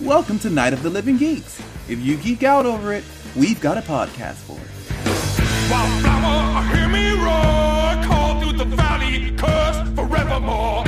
welcome to Night of the Living Geeks. If you geek out over it, we've got a podcast for it. Wildflower, hear me roar, call through the valley, cursed forevermore.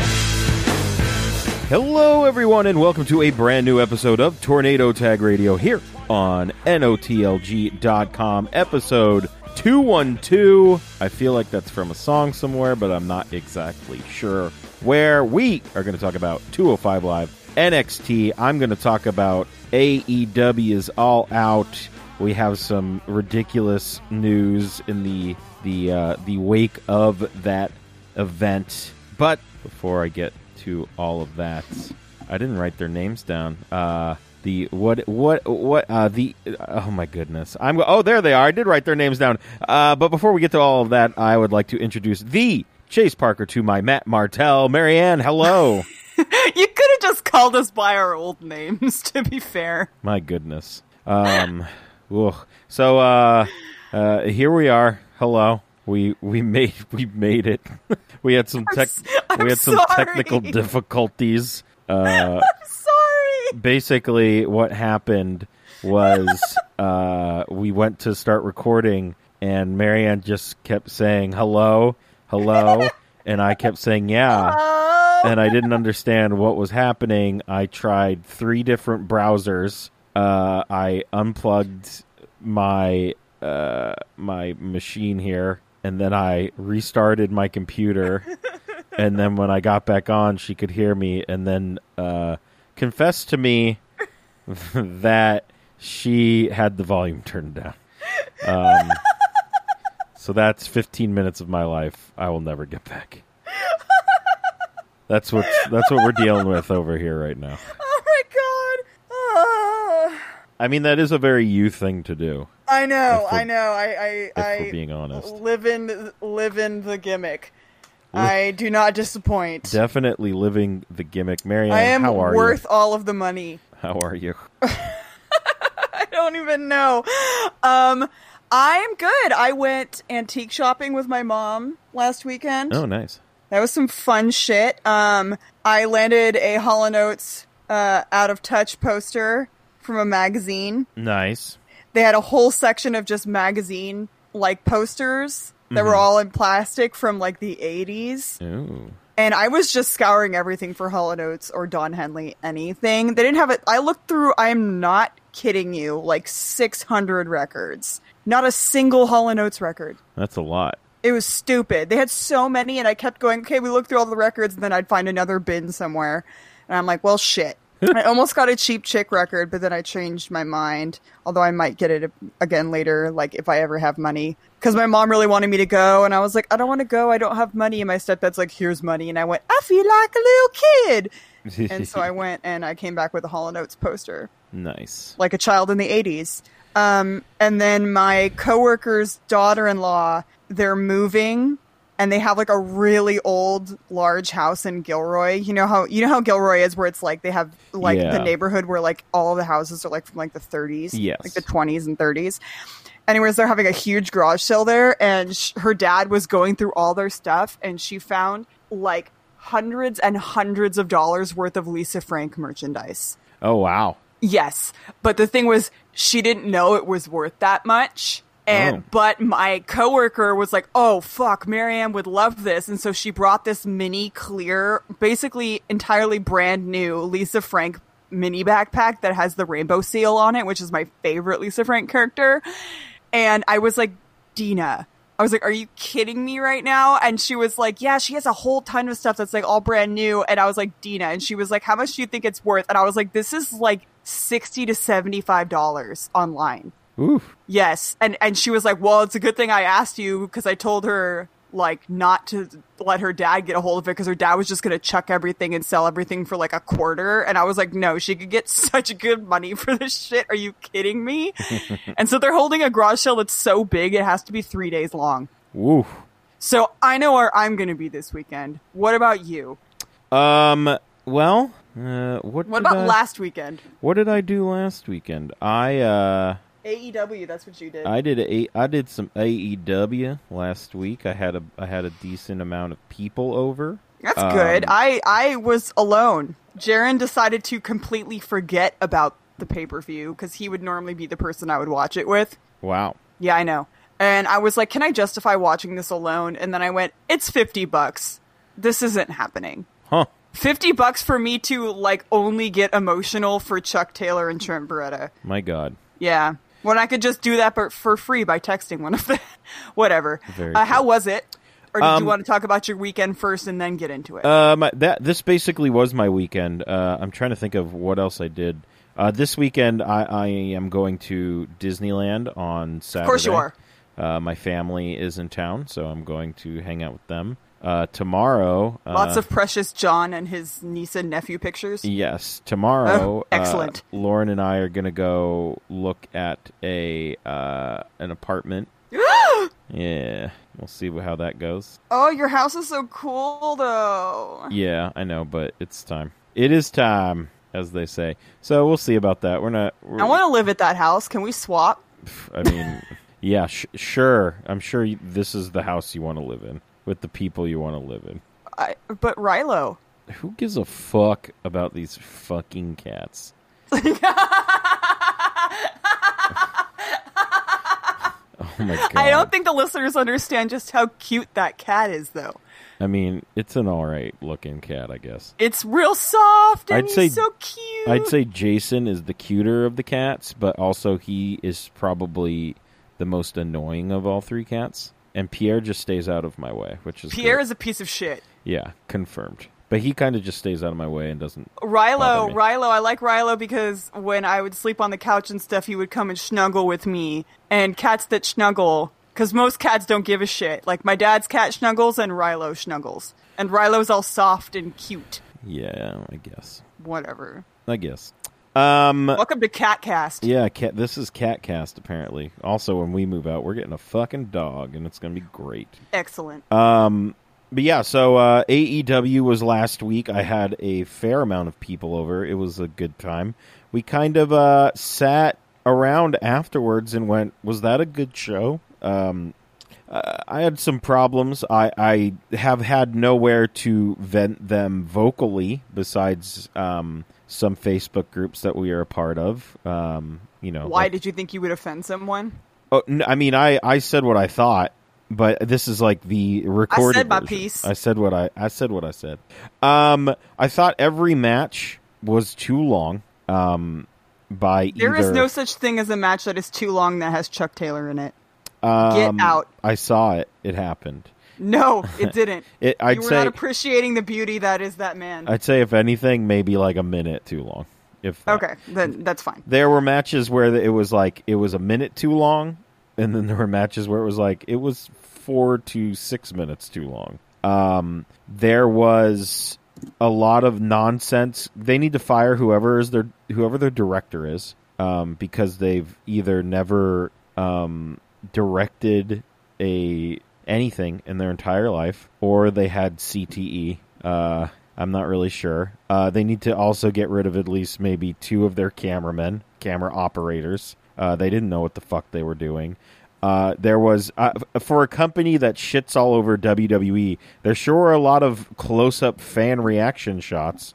Hello, everyone, and welcome to a brand new episode of Tornado Tag Radio here on NOTLG.com, episode 212. I feel like that's from a song somewhere, but I'm not exactly sure where. We are going to talk about 205 Live NXT. I'm going to talk about AEW's All Out. We have some ridiculous news in the the uh, the wake of that event. But before I get to all of that, I didn't write their names down. Uh, the what what what uh, the oh my goodness I'm oh there they are I did write their names down. Uh, but before we get to all of that, I would like to introduce the Chase Parker to my Matt Martell. Marianne, hello. You could have just called us by our old names, to be fair. my goodness. Um, ugh. so uh, uh, here we are. Hello. We we made we made it. we had some tech I'm we had some sorry. technical difficulties. Uh, Sorry. basically what happened was uh, we went to start recording and marianne just kept saying hello hello and i kept saying yeah Oh, and i didn't understand what was happening i tried three different browsers uh, i unplugged my uh, my machine here and then i restarted my computer and then when I got back on, she could hear me, and then uh, confessed to me that she had the volume turned down. Um, so that's 15 minutes of my life I will never get back. That's what that's what we're dealing with over here right now. oh my god. Oh. I mean, that is a very you thing to do, I know, If we're- I know. I I, if I we're being honest. live in live in the gimmick. I do not disappoint. Definitely living the gimmick, Marianne. I am how are worth all of the money. you? How are you? I don't even know. Um I'm good. I went antique shopping with my mom last weekend. Oh, nice. That was some fun shit. Um, I landed a Hollow Notes uh, out of touch poster from a magazine. Nice. They had a whole section of just magazine like posters that were all in plastic from like the 80s. Ooh. And I was just scouring everything for Hollow Notes or Don Henley, anything. They didn't have it. I looked through, I'm not kidding you, like 600 records. Not a single Hollow Notes record. That's a lot. It was stupid. They had so many, and I kept going, okay, we looked through all the records, and then I'd find another bin somewhere. And I'm like, well, shit. I almost got a cheap chick record, but then I changed my mind. Although I might get it again later, like if I ever have money. Because my mom really wanted me to go, and I was like, I don't want to go. I don't have money. And my stepdad's like, here's money. And I went, I feel like a little kid. and so I went and I came back with a Hollow Notes poster Nice. like a child in the 80s. Um, and then my coworker's daughter in law, they're moving and they have like a really old large house in Gilroy. You know how you know how Gilroy is where it's like they have like Yeah. the neighborhood where like all the houses are like from like the 30s, Yes. like the 20s and 30s. Anyways, they're having a huge garage sale there and sh- her dad was going through all their stuff and she found like hundreds and hundreds of dollars worth of Lisa Frank merchandise. Oh wow. Yes, but the thing was, she didn't know it was worth that much. And Oh. but my coworker was like, "Oh fuck, Marianne would love this," and so she brought this mini clear, basically entirely brand new Lisa Frank mini backpack that has the rainbow seal on it, which is my favorite Lisa Frank character. And I was like, Dina. I was like, are you kidding me right now? And she was like, yeah, she has a whole ton of stuff that's like all brand new. And I was like, Dina. And she was like, how much do you think it's worth? And I was like, this is like 60 to $75 online. Oof. Yes. And, and she was like, well, it's a good thing I asked you because I told her like not to let her dad get a hold of it because her dad was just going to chuck everything and sell everything for like a quarter. And I was like, no, she could get such good money for this shit. Are you kidding me? and so they're holding a garage sale that's so big it has to be three days long. Woof. So I know where I'm going to be this weekend. What about you? Um. Well. Uh, what What did about I, last weekend? What did I do last weekend? I uh AEW, E that's what you did. I did a I did some AEW last week. I had a I had a decent amount of people over. that's Um, good. I I was alone. Jaren decided to completely forget about the pay per view because he would normally be the person I would watch it with. Wow. Yeah, I know. And I was like, can I justify watching this alone? And then I went, it's 50 bucks. This isn't happening. Huh. 50 bucks for me to like only get emotional for Chuck Taylor and Trent Beretta. My God. Yeah. When I could just do that but for free by texting one of the whatever. Very Uh, how was it? Or did Um, you want to talk about your weekend first and then get into it? Um, that this basically was my weekend. Uh, I'm trying to think of what else I did. Uh, this weekend, I, I am going to Disneyland on Saturday. course you Uh, my family is in town, so I'm going to hang out with them uh, tomorrow. Uh, Lots of precious John and his niece and nephew pictures. Yes, tomorrow. Oh, excellent. Uh, Lauren and I are going to go look at a uh, an apartment. yeah, we'll see how that goes. Oh, your house is so cool though. Yeah, I know, but it's time. It is time, as they say. So we'll see about that. We're not. We're, I want to live at that house. Can we swap? I mean, yeah, sh- sure. I'm sure you, this is the house you want to live in with the people you want to live in. I, but Rilo. Who gives a fuck about these fucking cats? oh my god! I don't think the listeners understand just how cute that cat is, though. I mean, it's an all right looking cat, I guess. It's real soft and I'd he's say- so cute. I'd say Jason is the cuter of the cats, but also he is probably the most annoying of all three cats. And Pierre just stays out of my way, which is Pierre great. is a piece of shit. yeah, confirmed. But he kind of just stays out of my way and doesn't. Bother Rilo, me. Rilo, I like Rilo because when I would sleep on the couch and stuff, he would come and snuggle with me. And cats that snuggle, because most cats don't give a shit. Like my dad's cat snuggles and Rilo snuggles, and Rilo's all soft and cute. Yeah, I guess. Whatever. I guess. Um. Welcome to Catcast. Yeah, cat. This is Catcast apparently. Also, when we move out, we're getting a fucking dog, and it's gonna be great. Excellent. Uh, But yeah, so uh, AEW was last week. I had a fair amount of people over. It was a good time. We kind of uh, sat around afterwards and went, "Was that a good show?" Um, uh, I had some problems. I, I have had nowhere to vent them vocally besides um, some Facebook groups that we are a part of. Um, you know, Why like- did you think you would offend someone? Oh, n- I mean, I, I said what I thought, but this is like the recorded. my version. piece. I said what I I said what I said. Um, I thought every match was too long. Um, by There is either- no such thing as a match that is too long that has Chuck Taylor in it. Get out. um, I saw it. It happened. No, it didn't. It, I'd you were say not appreciating the beauty that is that man. I'd say if anything, maybe like a minute too long. If that. okay, then that's fine. there were matches where it was like it was a minute too long, and then there were matches where it was like it was four to six minutes too long. Um, there was a lot of nonsense. They need to fire whoever is their whoever their director is, um, because they've either never um, directed a anything in their entire life, or they had CTE. Uh, I'm not really sure. Uh, they need to also get rid of at least maybe two of their cameramen, camera operators. Uh, they didn't know what the fuck they were doing. Uh, there was uh, f- for a company that shits all over WWE. There sure are a lot of close-up fan reaction shots.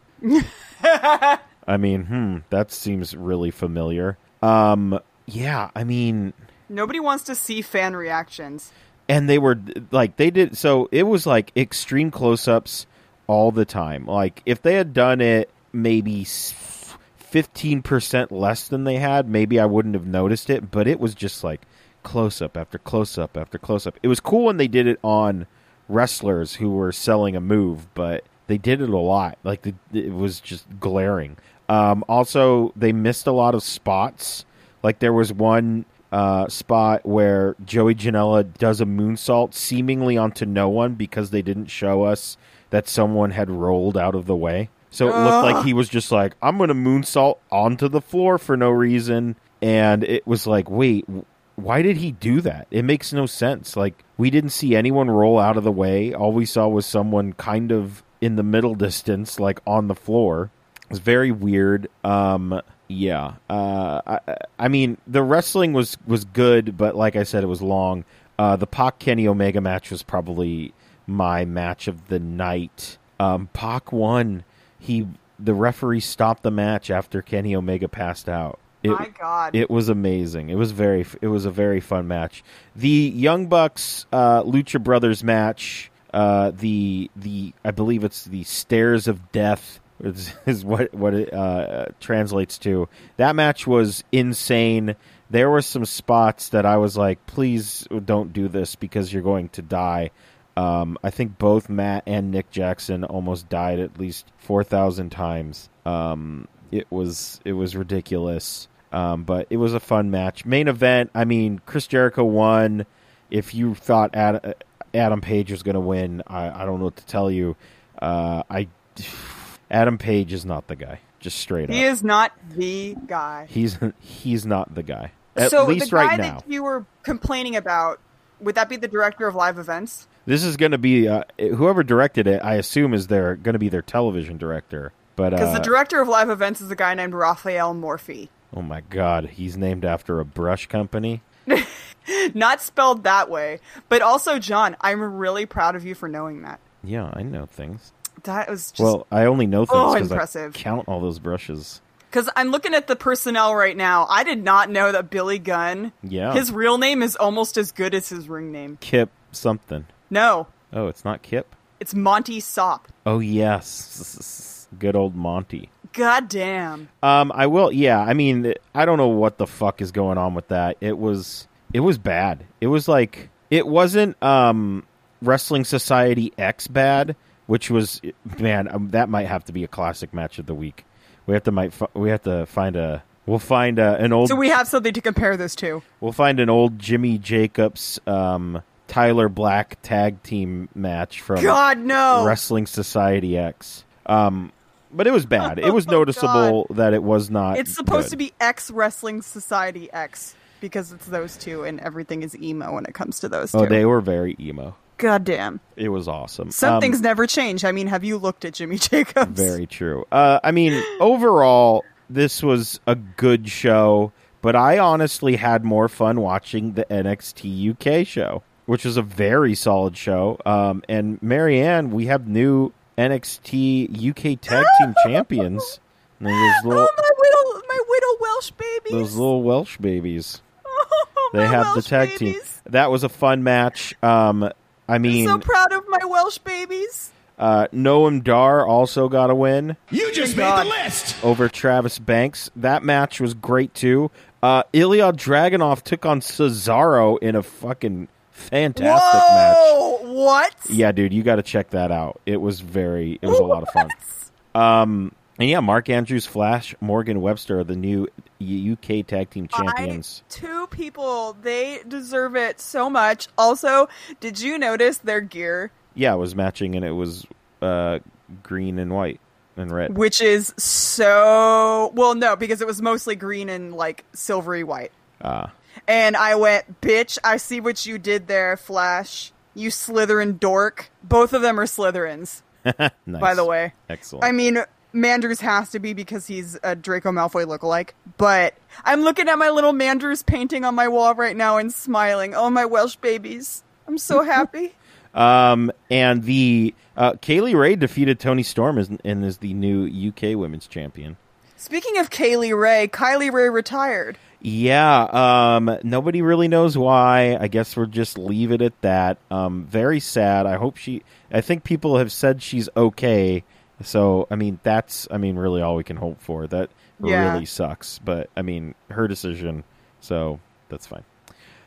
I mean, hmm, that seems really familiar. Um, yeah, I mean, Nobody wants to see fan reactions. and they were like they did so it was like extreme close-ups all the time like if they had done it maybe s- 15% less than they had maybe i wouldn't have noticed it but it was just like close-up after close-up after close-up it was cool when they did it on wrestlers who were selling a move but they did it a lot like the, it was just glaring um, also they missed a lot of spots like there was one uh, spot where Joey Janela does a moonsault seemingly onto no one because they didn't show us that someone had rolled out of the way. So it looked like he was just like, I'm going to moonsault onto the floor for no reason. And it was like, wait, w- why did he do that? It makes no sense. Like, we didn't see anyone roll out of the way. All we saw was someone kind of in the middle distance, like on the floor. It's very weird. Um, yeah. Uh, I, I- I mean, the wrestling was was good, but like I said, it was long. Uh, the Pac Kenny Omega match was probably my match of the night. Um, Pac won. He the referee stopped the match after Kenny Omega passed out. It, My God. It was amazing. It was very. f- It was a very fun match. The Young Bucks uh, Lucha Brothers match. Uh, the the I believe it's the Stairs of Death is, is what what it uh, translates to. That match was insane. There were some spots that I was like, please don't do this because you're going to die. Um, I think both Matt and Nick Jackson almost died at least four thousand times. Um, it was it was ridiculous, um, but it was a fun match. Main event. I mean, Chris Jericho won. If you thought Adam, Adam Page was going to win, I, I don't know what to tell you. Uh, I Adam Page is not the guy. Just straight He up, is not the guy. he's he's not the guy. At so least the guy right now. that you were complaining about, would that be the director of live events? This is going to be uh, whoever directed it. I assume is their going to be their television director. But Because uh, the director of live events is a guy named Raphael Morphy. oh my god, he's named after a brush company. Not spelled that way. But also, John, I'm really proud of you for knowing that. Yeah, I know things. That was just Well, I only know things Oh, because I impressive. count all those brushes. Because I'm looking at the personnel right now. I did not know that Billy Gunn. Yeah. His real name is almost as good as his ring name. Kip something. No, Oh, it's not Kip. it's Monty Sop. Oh yes, good old Monty. God damn. Um, I will. Yeah, I mean, I don't know what the fuck is going on with that. It was it was bad. It was like it wasn't um Wrestling Society X bad, which was man um, that might have to be a classic match of the week. We have to might fi- we have to find a we'll find a, an old So we have something to compare this to. we'll find an old Jimmy Jacobs um Tyler Black tag team match from God, no. Wrestling Society X. Um, but it was bad. It was Oh, God. noticeable that it was not. it's supposed good. to be X Wrestling Society X because it's those two and everything is emo when it comes to those two. Oh, they were very emo. God damn. It was awesome. Some Um, things never change. I mean, have you looked at Jimmy Jacobs? very true. Uh, I mean, overall, this was a good show, but I honestly had more fun watching the NXT UK show, which was a very solid show. Um, and Marianne, we have new NXT UK tag team champions. And there's Oh, little, my widow, my widow Welsh babies. those little Welsh babies. Oh, They my have the Welsh tag team. babies. That was a fun match. Um, I mean, so proud of my Welsh babies. uh, Noam Dar also got a win. You just made the God. list. over Travis Banks. That match was great too. Uh, Ilya Dragunov took on Cesaro in a fucking fantastic match. Whoa! What? Yeah, dude, you got to check that out. It was very, it was a lot of fun. Um, and yeah, Mark Andrews, Flash, Morgan Webster are the new UK tag team champions. I- two people. They deserve it so much. Also, did you notice their gear, Yeah, it was matching, and it was uh, green and white and red. which is so well? No, because it was mostly green and like silvery white. Ah. And I went, bitch! I see what you did there, Flash. You Slytherin dork. Both of them are Slytherins, nice. by the way. excellent. I mean, Manders has to be because he's a Draco Malfoy lookalike. But I'm looking at my little Manders painting on my wall right now and smiling. Oh, my Welsh babies. I'm so happy. Um, and the uh, Kaylee Ray defeated Tony Storm is, and is the new UK Women's Champion. Speaking of Kaylee Ray, Kylie Ray retired. Yeah, um, nobody really knows why. I guess we'll just leave it at that. Um, very sad. I hope she. I think people have said she's okay. So I mean, that's I mean, really all we can hope for. That Yeah. really sucks. But I mean, her decision. So that's fine.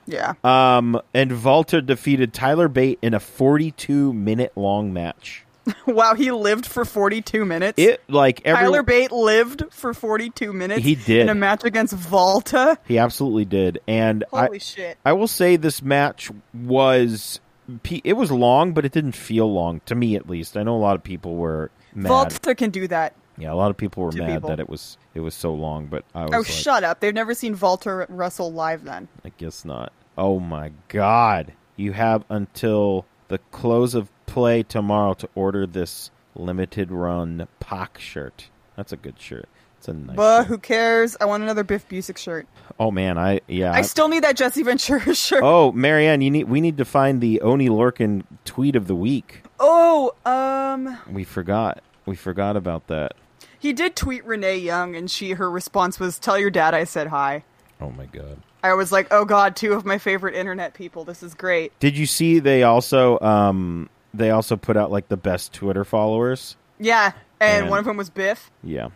Yeah. Um, and Volta defeated Tyler Bate in a 42 minute long match. wow, he lived for 42 minutes. It like every Tyler Bate lived for 42 minutes. He did. In a match against Volta. He absolutely did, and Holy I, shit. I will say this match was pe- it was long, but it didn't feel long to me, at least. I know a lot of people were mad. Volta can do that. yeah, a lot of people were To mad people. that it was it was so long, but I was Oh, like, shut up. They've never seen Volta Russell live then. I guess not. Oh my god! You have until the close of play tomorrow to order this limited run Pac shirt. That's a good shirt. It's a nice. But shirt. who cares? I want another Biff Busick shirt. Oh man, I yeah. I still need that Jesse Ventura shirt. Oh, Oh, Marianne, you need we need to find the Oni Lurkin tweet of the week. um, We forgot. We forgot about that. He did tweet Renee Young, and she her response was, "Tell your dad I said hi." Oh my god. I was like, "Oh God, two of my favorite internet people. This is great." Did you see they also um they also put out like the best Twitter followers? Yeah, and, And- one of them was Biff, Yeah.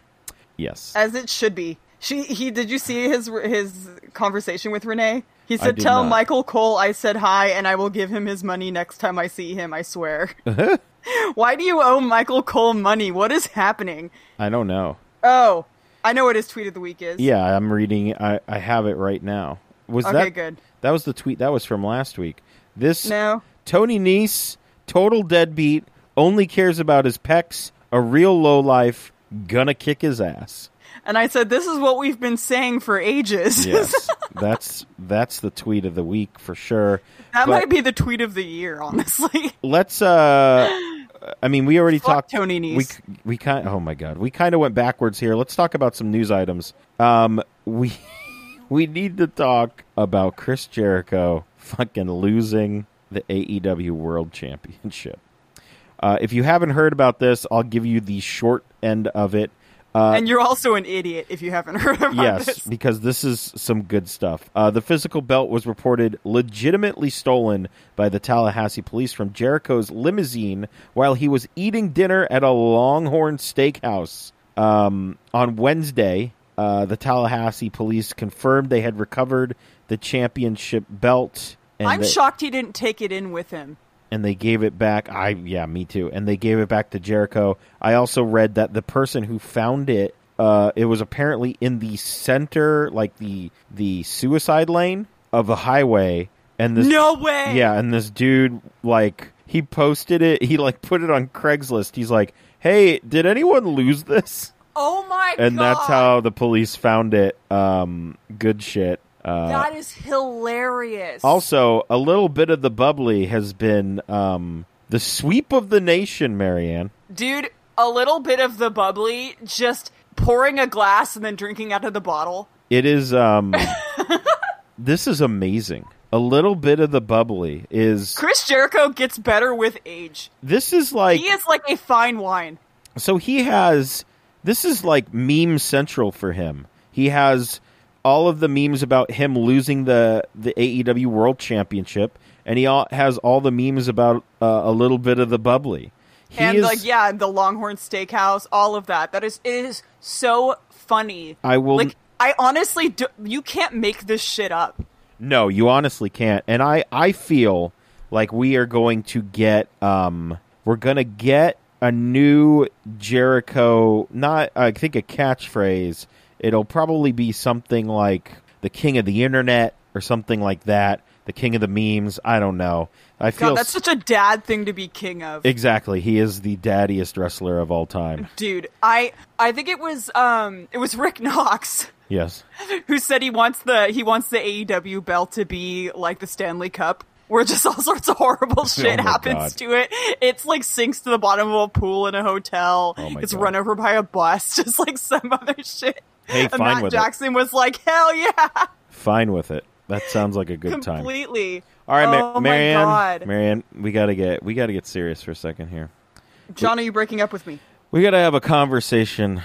Yes. as it should be. She he did you see his his conversation with Renee? He said, did "Tell not. Michael Cole I said hi, and I will give him his money next time I see him. I swear." Uh-huh. Why do you owe Michael Cole money? What is happening? I don't know. Oh, I know what his tweet of the week is. Yeah, I'm reading I I have it right now. Was Okay, that good. That was the tweet that was from last week. This No. Tony Nice, total deadbeat, only cares about his pecs, a real lowlife, gonna kick his ass. And I said, "This is what we've been saying for ages." Yes. that's that's the tweet of the week for sure. that But might be the tweet of the year, honestly. Let's uh I mean, we already Fuck talked Tony We Nese. we kind Oh my god. We kind of went backwards here. Let's talk about some news items. Um we we need to talk about Chris Jericho fucking losing the AEW World Championship. Uh, if you haven't heard about this, I'll give you the short end of it. and you're also an idiot if you haven't heard about Uh, yes, this. because this is some good stuff. Uh, the physical belt was reported legitimately stolen by the Tallahassee police from Jericho's limousine while he was eating dinner at a Longhorn steakhouse um, on Wednesday. Uh, the Tallahassee police confirmed they had recovered the championship belt. And I'm they- shocked he didn't take it in with him. and they gave it back. I yeah, me too. And they gave it back to Jericho. I also read that the person who found it, uh, it was apparently in the center, like the the suicide lane of a highway. And this No way! yeah, and this dude like he posted it. He like put it on Craigslist. He's like, "Hey, did anyone lose this?" Oh my And god! that's how the police found it. Um, good shit. Uh, that is hilarious. also, a little bit of the bubbly has been um, the sweep of the nation, Marianne. dude, a little bit of the bubbly, just pouring a glass and then drinking out of the bottle. It is. Um, this is amazing. A little bit of the bubbly is. Chris Jericho gets better with age. This is like. He is like a fine wine. So he has. This is like meme central for him. He has all of the memes about him losing the the AEW World Championship, and he all, has all the memes about uh, a little bit of the bubbly. He and is, like yeah, and the Longhorn Steakhouse, all of that. That is it is so funny. I will- like. I honestly, do, you can't make this shit up. No, you honestly can't. And I, I feel like we are going to get um we're gonna get a new Jericho not I think a catchphrase. It'll probably be something like the king of the internet or something like that. The king of the memes. I don't know. I feel God, that's such a dad thing to be king of. exactly. He is the daddiest wrestler of all time. Dude, I I think it was um it was Rick Knox Yes. who said he wants the he wants the AEW belt to be like the Stanley Cup where just all sorts of horrible shit Oh my happens God. to it. It's like sinks to the bottom of a pool in a hotel. Oh my it's God. run over by a bus, just like some other shit. Hey, and fine Matt with it. Jackson was like, "Hell yeah, Fine with it. That sounds like a good time. completely." All right, Ma- oh Marianne. my god, Marianne, we gotta get we gotta get serious for a second here. John, are you breaking up with me? We got to have a conversation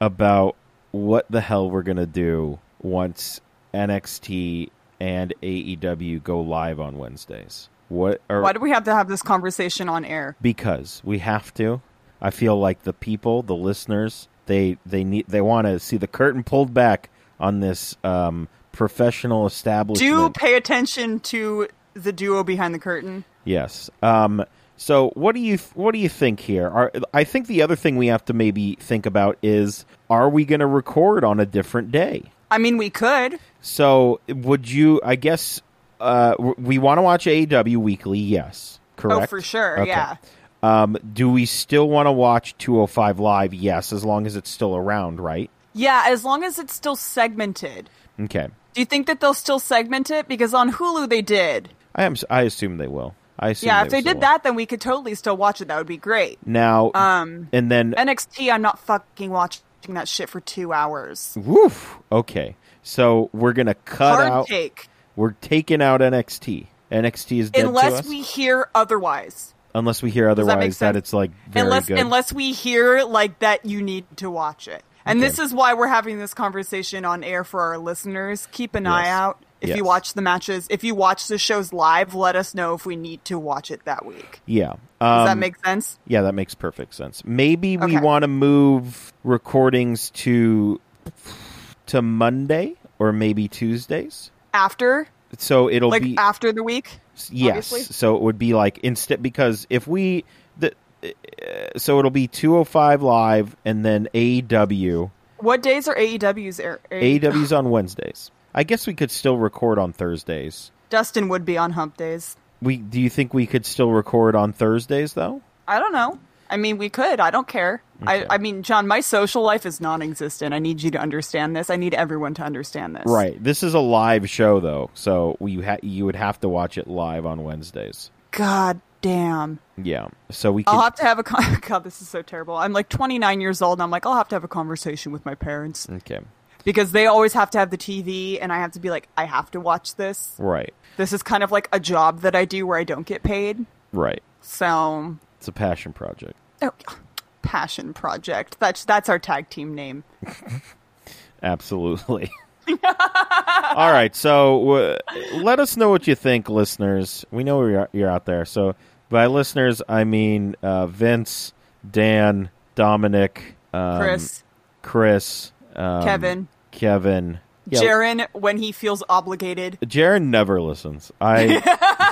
about what the hell we're going to do once NXT and AEW go live on Wednesdays. What are Why do we have to have this conversation on air? because we have to. I feel like the people, the listeners, they they need they want to see the curtain pulled back on this um, professional Do establishment. pay attention to the duo behind the curtain. Yes. Um, so what do you what do you think here? Are, I think the other thing we have to maybe think about is are we going to record on a different day? I mean, we could. So would you? I guess uh, w- we want to watch AEW weekly. Yes, correct. Oh, for sure. Okay. Yeah. Um, do we still want to watch 205 Live? Yes, as long as it's still around, right? Yeah, as long as it's still segmented. Okay. Do you think that they'll still segment it? Because on Hulu they did. I am. s- I assume they will. I assume. Yeah, if they still did will. that, then we could totally still watch it. That would be great. now, Um, and then NXT, I'm not fucking watching that shit for two hours. woof. Okay, so we're gonna cut Hard out. take. We're taking out NXT. NXT is dead to Unless us. we hear otherwise. unless we hear Does that make otherwise that, sense? it's like very unless good. unless we hear like that you need to watch it. And Okay. this is why we're having this conversation on air for our listeners. Keep an eye Yes. out if Yes. you watch the matches. If you watch the shows live, let us know if we need to watch it that week. yeah. Does that Um, make sense? Yeah, that makes perfect sense. Maybe we Okay. want to move recordings to to Monday or maybe Tuesdays. After So it'll like be after the week? yes. obviously? So it would be like instead because if we the uh, so it'll be 205 live and then AEW. What days are AEW's air? A- E AEW's on Wednesdays. I guess we could still record on Thursdays. Dustin would be on hump days. We do you think we could still record on Thursdays though? I don't know. I mean, we could. I don't care. Okay. I, I mean, John, my social life is non-existent. I need you to understand this. I need everyone to understand this. Right. This is a live show though, so we ha- you would have to watch it live on Wednesdays. God damn. Yeah. So we I'll could have to have a con- God, this is so terrible. I'm like 29 years old, and I'm like, I'll have to have a conversation with my parents Okay. because they always have to have the TV, and I have to be like, I have to watch this. Right. This is kind of like a job that I do where I don't get paid. Right. So, It's a passion project. oh, passion project. That's that's our tag team name. Absolutely. All right. So uh, let us know what you think, listeners. We know you're, you're out there. So by listeners, I mean uh, Vince, Dan, Dominic, um, Chris, Chris, um, Kevin. Kevin, Yeah, Jaren, when he feels obligated, Jaron never listens. I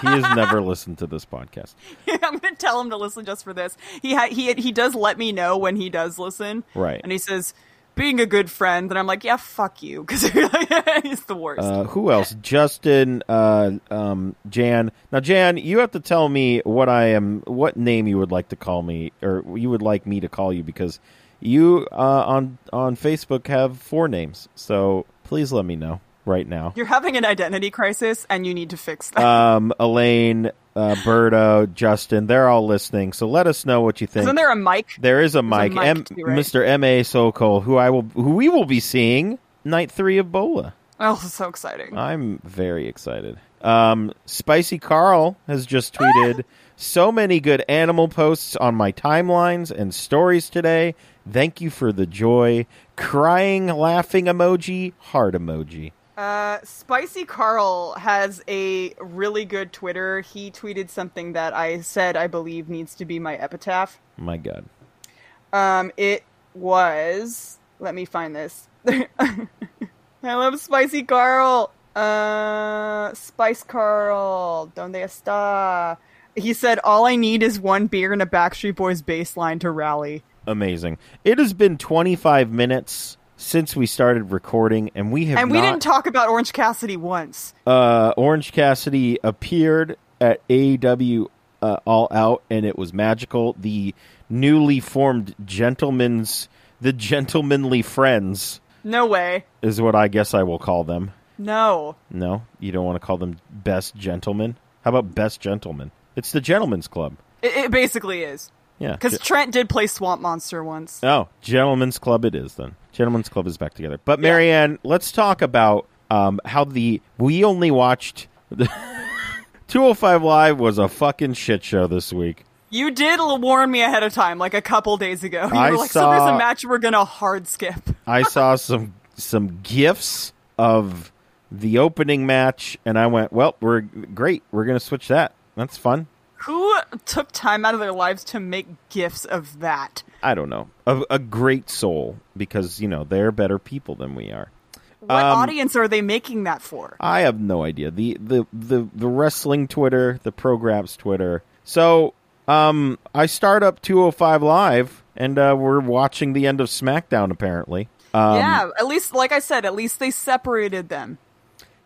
he has never listened to this podcast. I'm going to tell him to listen just for this. He ha- he he does let me know when he does listen. Right. And he says being a good friend, and I'm like, yeah, fuck you, because he's the worst. Uh, who else? Justin, uh, um, Jan. Now, Jan, you have to tell me what I am, what name you would like to call me, or you would like me to call you, because you uh, on on Facebook have four names. So please let me know right now. You're having an identity crisis, and you need to fix that. Um, Elaine, uh, Berto, Justin, they're all listening. So let us know what you think. Isn't there a mic? There is a mic, mic M- too, right? Mr. M. A. Sokol, who I will, who we will be seeing night three of Bola. Oh, so exciting! I'm very excited. Um, Spicy Carl has just Ah! tweeted so many good animal posts on my timelines and stories today. Thank you for the joy. Crying, laughing emoji, heart emoji. Uh, Spicy Carl has a really good Twitter. He tweeted something that I said I believe needs to be my epitaph. My God. Um, it was. Let me find this. I love Spicy Carl. Uh, Spice Carl. Donde está? He said, "All I need is one beer and a Backstreet Boys bass line to rally." Amazing. It has been 25 minutes since we started recording, and we have And we not- didn't talk about Orange Cassidy once. uh, Orange Cassidy appeared at AEW uh, All Out, and it was magical. The newly formed gentlemen's, the gentlemanly friends, No way. is what I guess I will call them. No. No, you don't want to call them best gentlemen. How about best gentlemen? It's the gentlemen's club. It, it basically is Yeah, because ge- Trent did play Swamp Monster once. Oh, Gentlemen's Club it is then. Gentlemen's Club is back together. But Marianne, let's talk about um, how the we only watched 205 Live was a fucking shit show this week. You did l- warn me ahead of time, like a couple days ago. You I were like, "So there's saw- a match we're gonna hard skip." I saw some some gifs of the opening match and I went, "Well, we're great. We're going to switch that. That's fun." Who took time out of their lives to make gifts of that? I don't know. A, a great soul because, you know, they're better people than we are. What Um, audience are they making that for? I have no idea. The the the, the wrestling Twitter, the program's Twitter. So, um I start up 205 live and uh we're watching the end of SmackDown apparently. Um yeah, at least, like I said, at least they separated them.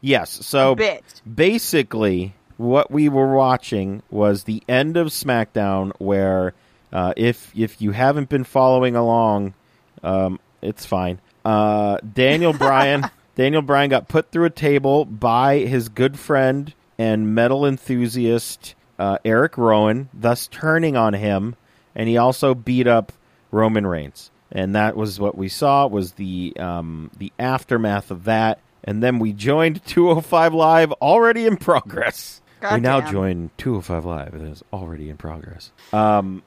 yes. So Bit. basically what we were watching was the end of SmackDown where uh if if you haven't been following along, um it's fine. Uh Daniel Bryan Daniel Bryan got put through a table by his good friend and metal enthusiast uh, Eric Rowan, thus turning on him, and he also beat up Roman Reigns, and that was what we saw was the um, the oh aftermath of that, and then we joined 205 Live already in progress. God we now damn. join 205 Live that is already in progress. Um,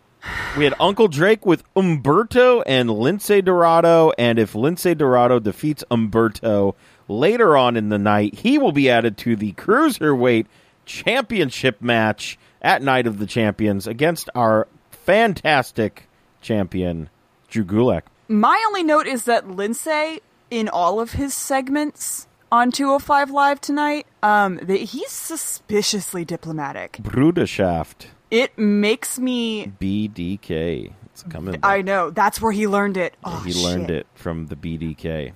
we had Uncle Drake with Umberto and Lince Dorado, and if Lince Dorado defeats Umberto later on in the night, he will be added to the Cruiserweight Championship match at Night of the Champions against our fantastic champion, Drew Gulak. My only note is that Lindsay, in all of his segments on 205 Live tonight, um, that he's suspiciously diplomatic. Bruderschaft, It makes me. BDK. It's coming. I know that's where he learned it. Oh, he learned shit. it from the BDK.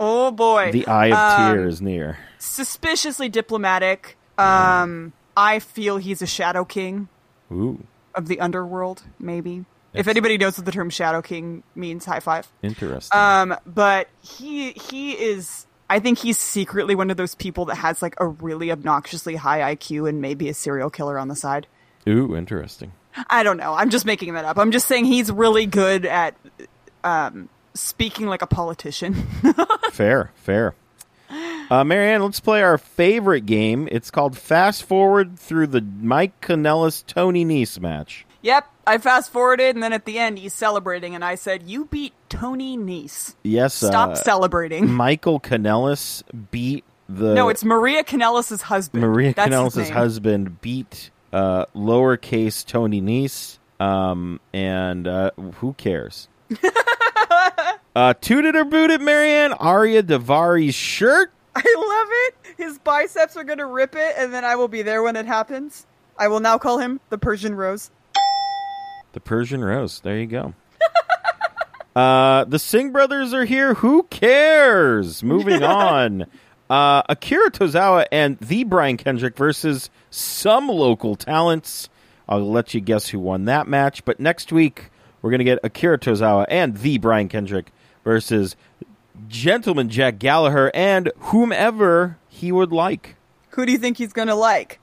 Oh boy, The Eye of Um, Tear is near. Suspiciously diplomatic. Um, I feel he's a shadow king Ooh, of the underworld. Maybe Yes. if anybody knows what the term shadow king means, high five. interesting. Um, but he he is. I think he's secretly one of those people that has like a really obnoxiously high IQ and maybe a serial killer on the side. Ooh, interesting. I don't know. I'm just making that up. I'm just saying he's really good at um, speaking like a politician. fair, fair. Uh, Marianne, let's play our favorite game. It's called Fast Forward Through the Mike Canellis Tony Nese match. yep, I fast forwarded, and then at the end he's celebrating, and I said, "You beat Tony Nice. Yes, Stop uh, celebrating." Michael Canellis beat the No, it's Maria Canellis' husband. uh, Maria That's his Canellis' name. husband beat uh, lowercase Tony Nese. Um, and uh, who cares? uh, tooted or booted, Marianne? Arya Davari's shirt. I love it. His biceps are going to rip it, and then I will be there when it happens. I will now call him the Persian Rose. The Persian Rose. There you go. uh, the Singh brothers are here. Who cares? Moving on. Uh, Akira Tozawa and the Brian Kendrick versus some local talents. I'll let you guess who won that match. But next week, we're going to get Akira Tozawa and the Brian Kendrick versus Gentleman Jack Gallagher and whomever he would like. Who do you think he's going to like?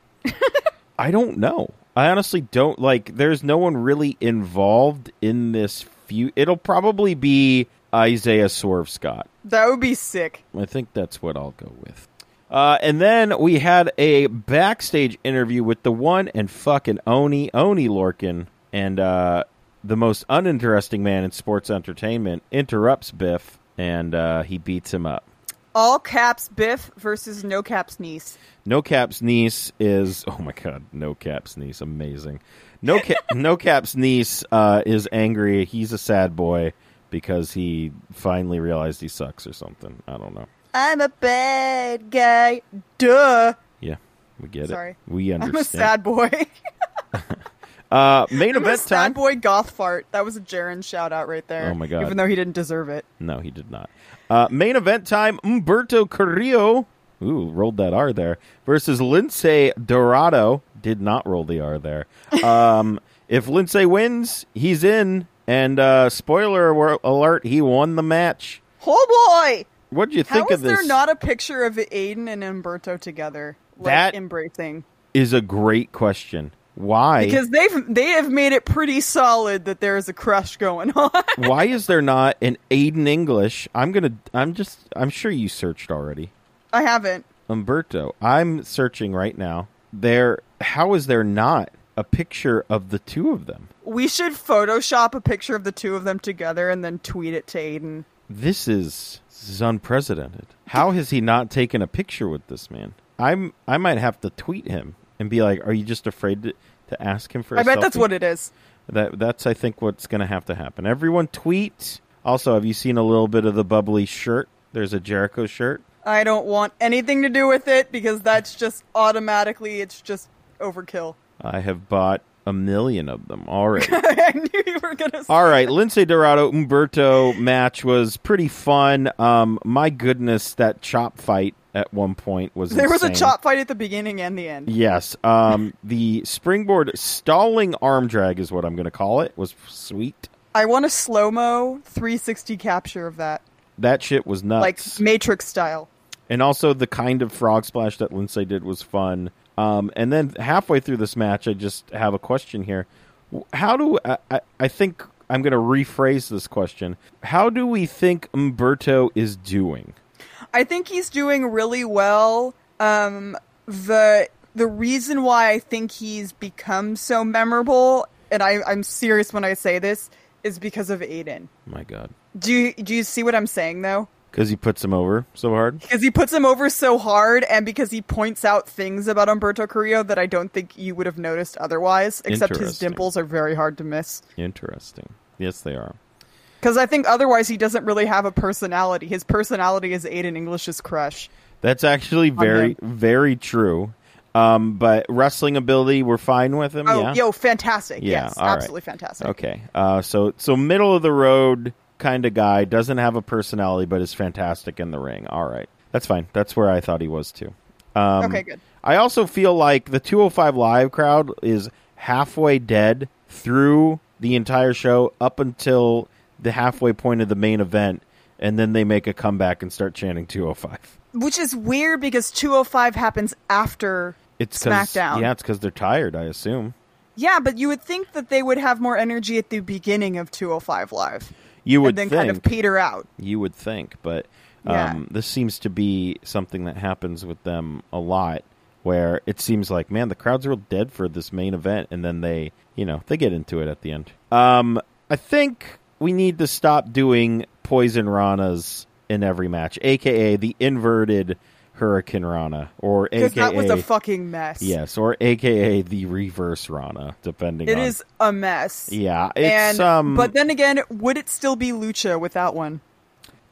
I don't know. I honestly don't like. There's no one really involved in this feud. It'll probably be Isaiah Swerve Scott. That would be sick. I think that's what I'll go with. Uh, and then we had a backstage interview with the one and fucking Oni Oni Lorkin, and uh, the most uninteresting man in sports entertainment interrupts Biff, and uh, he beats him up. All caps Biff versus no caps niece. No Cap's niece is oh my god, No Cap's niece, amazing. No ca- No Cap's niece uh, is angry. He's a sad boy because he finally realized he sucks or something. I don't know. I'm a bad guy. Duh. Yeah, we get Sorry. it. We I'm understand. a sad boy. uh, main I'm a event sad time. boy goth fart. That was a Jaren shout out right there. Oh my God. Even though he didn't deserve it. No, he did not. Uh, main event time. Umberto Carrillo. Ooh, rolled that R there. Versus Lince Dorado. Did not roll the R there. Um, if Lince wins, he's in. And uh, spoiler wa- alert, he won the match. Oh boy! What would you How think is of this? there not a picture of Aiden and Umberto together? Like That- embracing. is a great question. Why? because they've they have made it pretty solid that there is a crush going on. why is there not an Aiden English? I'm gonna. I'm just. I'm sure you searched already. I haven't. Umberto. I'm searching right now. There, how is there not a picture of the two of them? We should Photoshop a picture of the two of them together and then tweet it to Aiden. This is this is unprecedented. How has he not taken a picture with this man? I'm I might have to tweet him and be like, "Are you just afraid to, to ask him for?" I I bet that's what it is. That that's I think what's going to have to happen. Everyone tweet. Also, have you seen a little bit of the bubbly shirt? There's a Jericho shirt. I don't want anything to do with it because that's just automatically it's just overkill. I have bought a million of them already. I knew you were gonna. say All right, Lince Dorado Umberto match was pretty fun. Um, my goodness, that chop fight at one point was There was a insane. chop fight at the beginning and the end. Yes, um, the springboard stalling arm drag is what I'm going to call it. Was sweet. I want a slow mo 360 capture of that, That shit was nuts. like Matrix style. and also the kind of frog splash that Lince did was fun. Um, and then halfway through this match, I just have a question here. W- How do I? I, I think I'm going to rephrase this question. How do we think Umberto is doing? I think he's doing really well. Um, the the reason why I think he's become so memorable, and I, I'm serious when I say this, is because of Aiden. My God. Do you, do you see what I'm saying though? Because he puts him over so hard. Because he puts him over so hard, and because he points out things about Umberto Carrillo that I don't think you would have noticed otherwise. Except his Interesting. dimples are very hard to miss. Interesting. Yes, they are. Because I think otherwise he doesn't really have a personality. His personality is Aiden English's crush. That's actually very, him. very true. Um, but wrestling ability, we're fine with him. Oh, Mm, yeah. yo, fantastic! Yeah, yes, all right. absolutely fantastic. Okay. Uh, so so middle of the road kind of guy doesn't have a personality, but is fantastic in the ring. All right, that's fine. That's where I thought he was too. Um, Okay, good. I also feel like the 205 live crowd is halfway dead through the entire show up until the halfway point of the main event, and then they make a comeback and start chanting 205. Which is weird because 205 happens after It's 'cause- SmackDown. Yeah, it's because they're tired. I assume. Yeah, but you would think that they would have more energy at the beginning of 205 Live. You would and then think. kind of peter out. you would think, but um, Yeah. this seems to be something that happens with them a lot, where it seems like, man, the crowd's real dead for this main event, and then they, you know, they get into it at the end. Um, I think we need to stop doing poison ranas in every match, aka the inverted hurricane rana, or aka Because that was a fucking mess. yes, or aka the reverse rana, depending. It on... is a mess. Yeah, it's and, um. But then again, would it still be Lucha without one?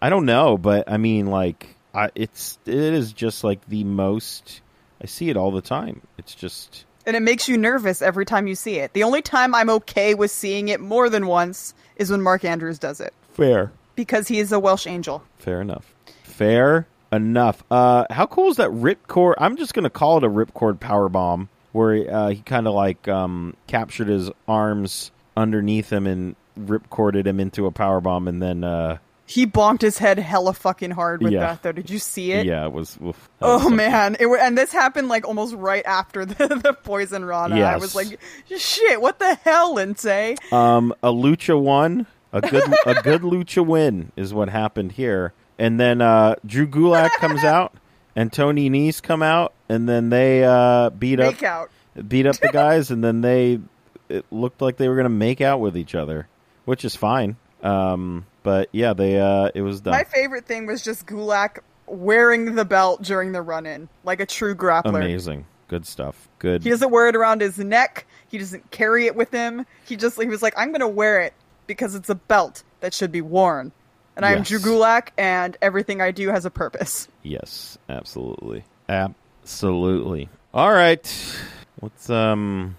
I don't know, but I mean, like, I, it's it is just like the most. I see it all the time. It's just And it makes you nervous every time you see it. The only time I'm okay with seeing it more than once is when Mark Andrews does it. fair, Because he is a Welsh angel. fair enough, fair enough. Uh, how cool is that ripcord? I'm just gonna call it a ripcord power bomb, where uh, he kind of like um, captured his arms underneath him and ripcorded him into a power bomb, and then uh, He bonked his head hella fucking hard with Yeah. that, though. Did you see it? yeah, it was. oof, that was Oh something. man, it wa and this happened like almost right after the, the poison rana. I Yes. was like, shit, what the hell, Lindsay? Um, a lucha won. A good a good lucha win is what happened here. And then uh, Drew Gulak comes out, and Tony Nese come out, and then they uh, beat up Make out. beat up the guys, and then they it looked like they were gonna make out with each other, which is fine. Um, but yeah, they uh, it was done. My favorite thing was just Gulak wearing the belt during the run in, like a true grappler. Amazing, good stuff. Good. He doesn't wear it around his neck. He doesn't carry it with him. He just he was like, I'm gonna wear it because it's a belt that should be worn. And I'm Yes. Drew Gulak, and everything I do has a purpose. Yes, absolutely. Absolutely. All right. Let's um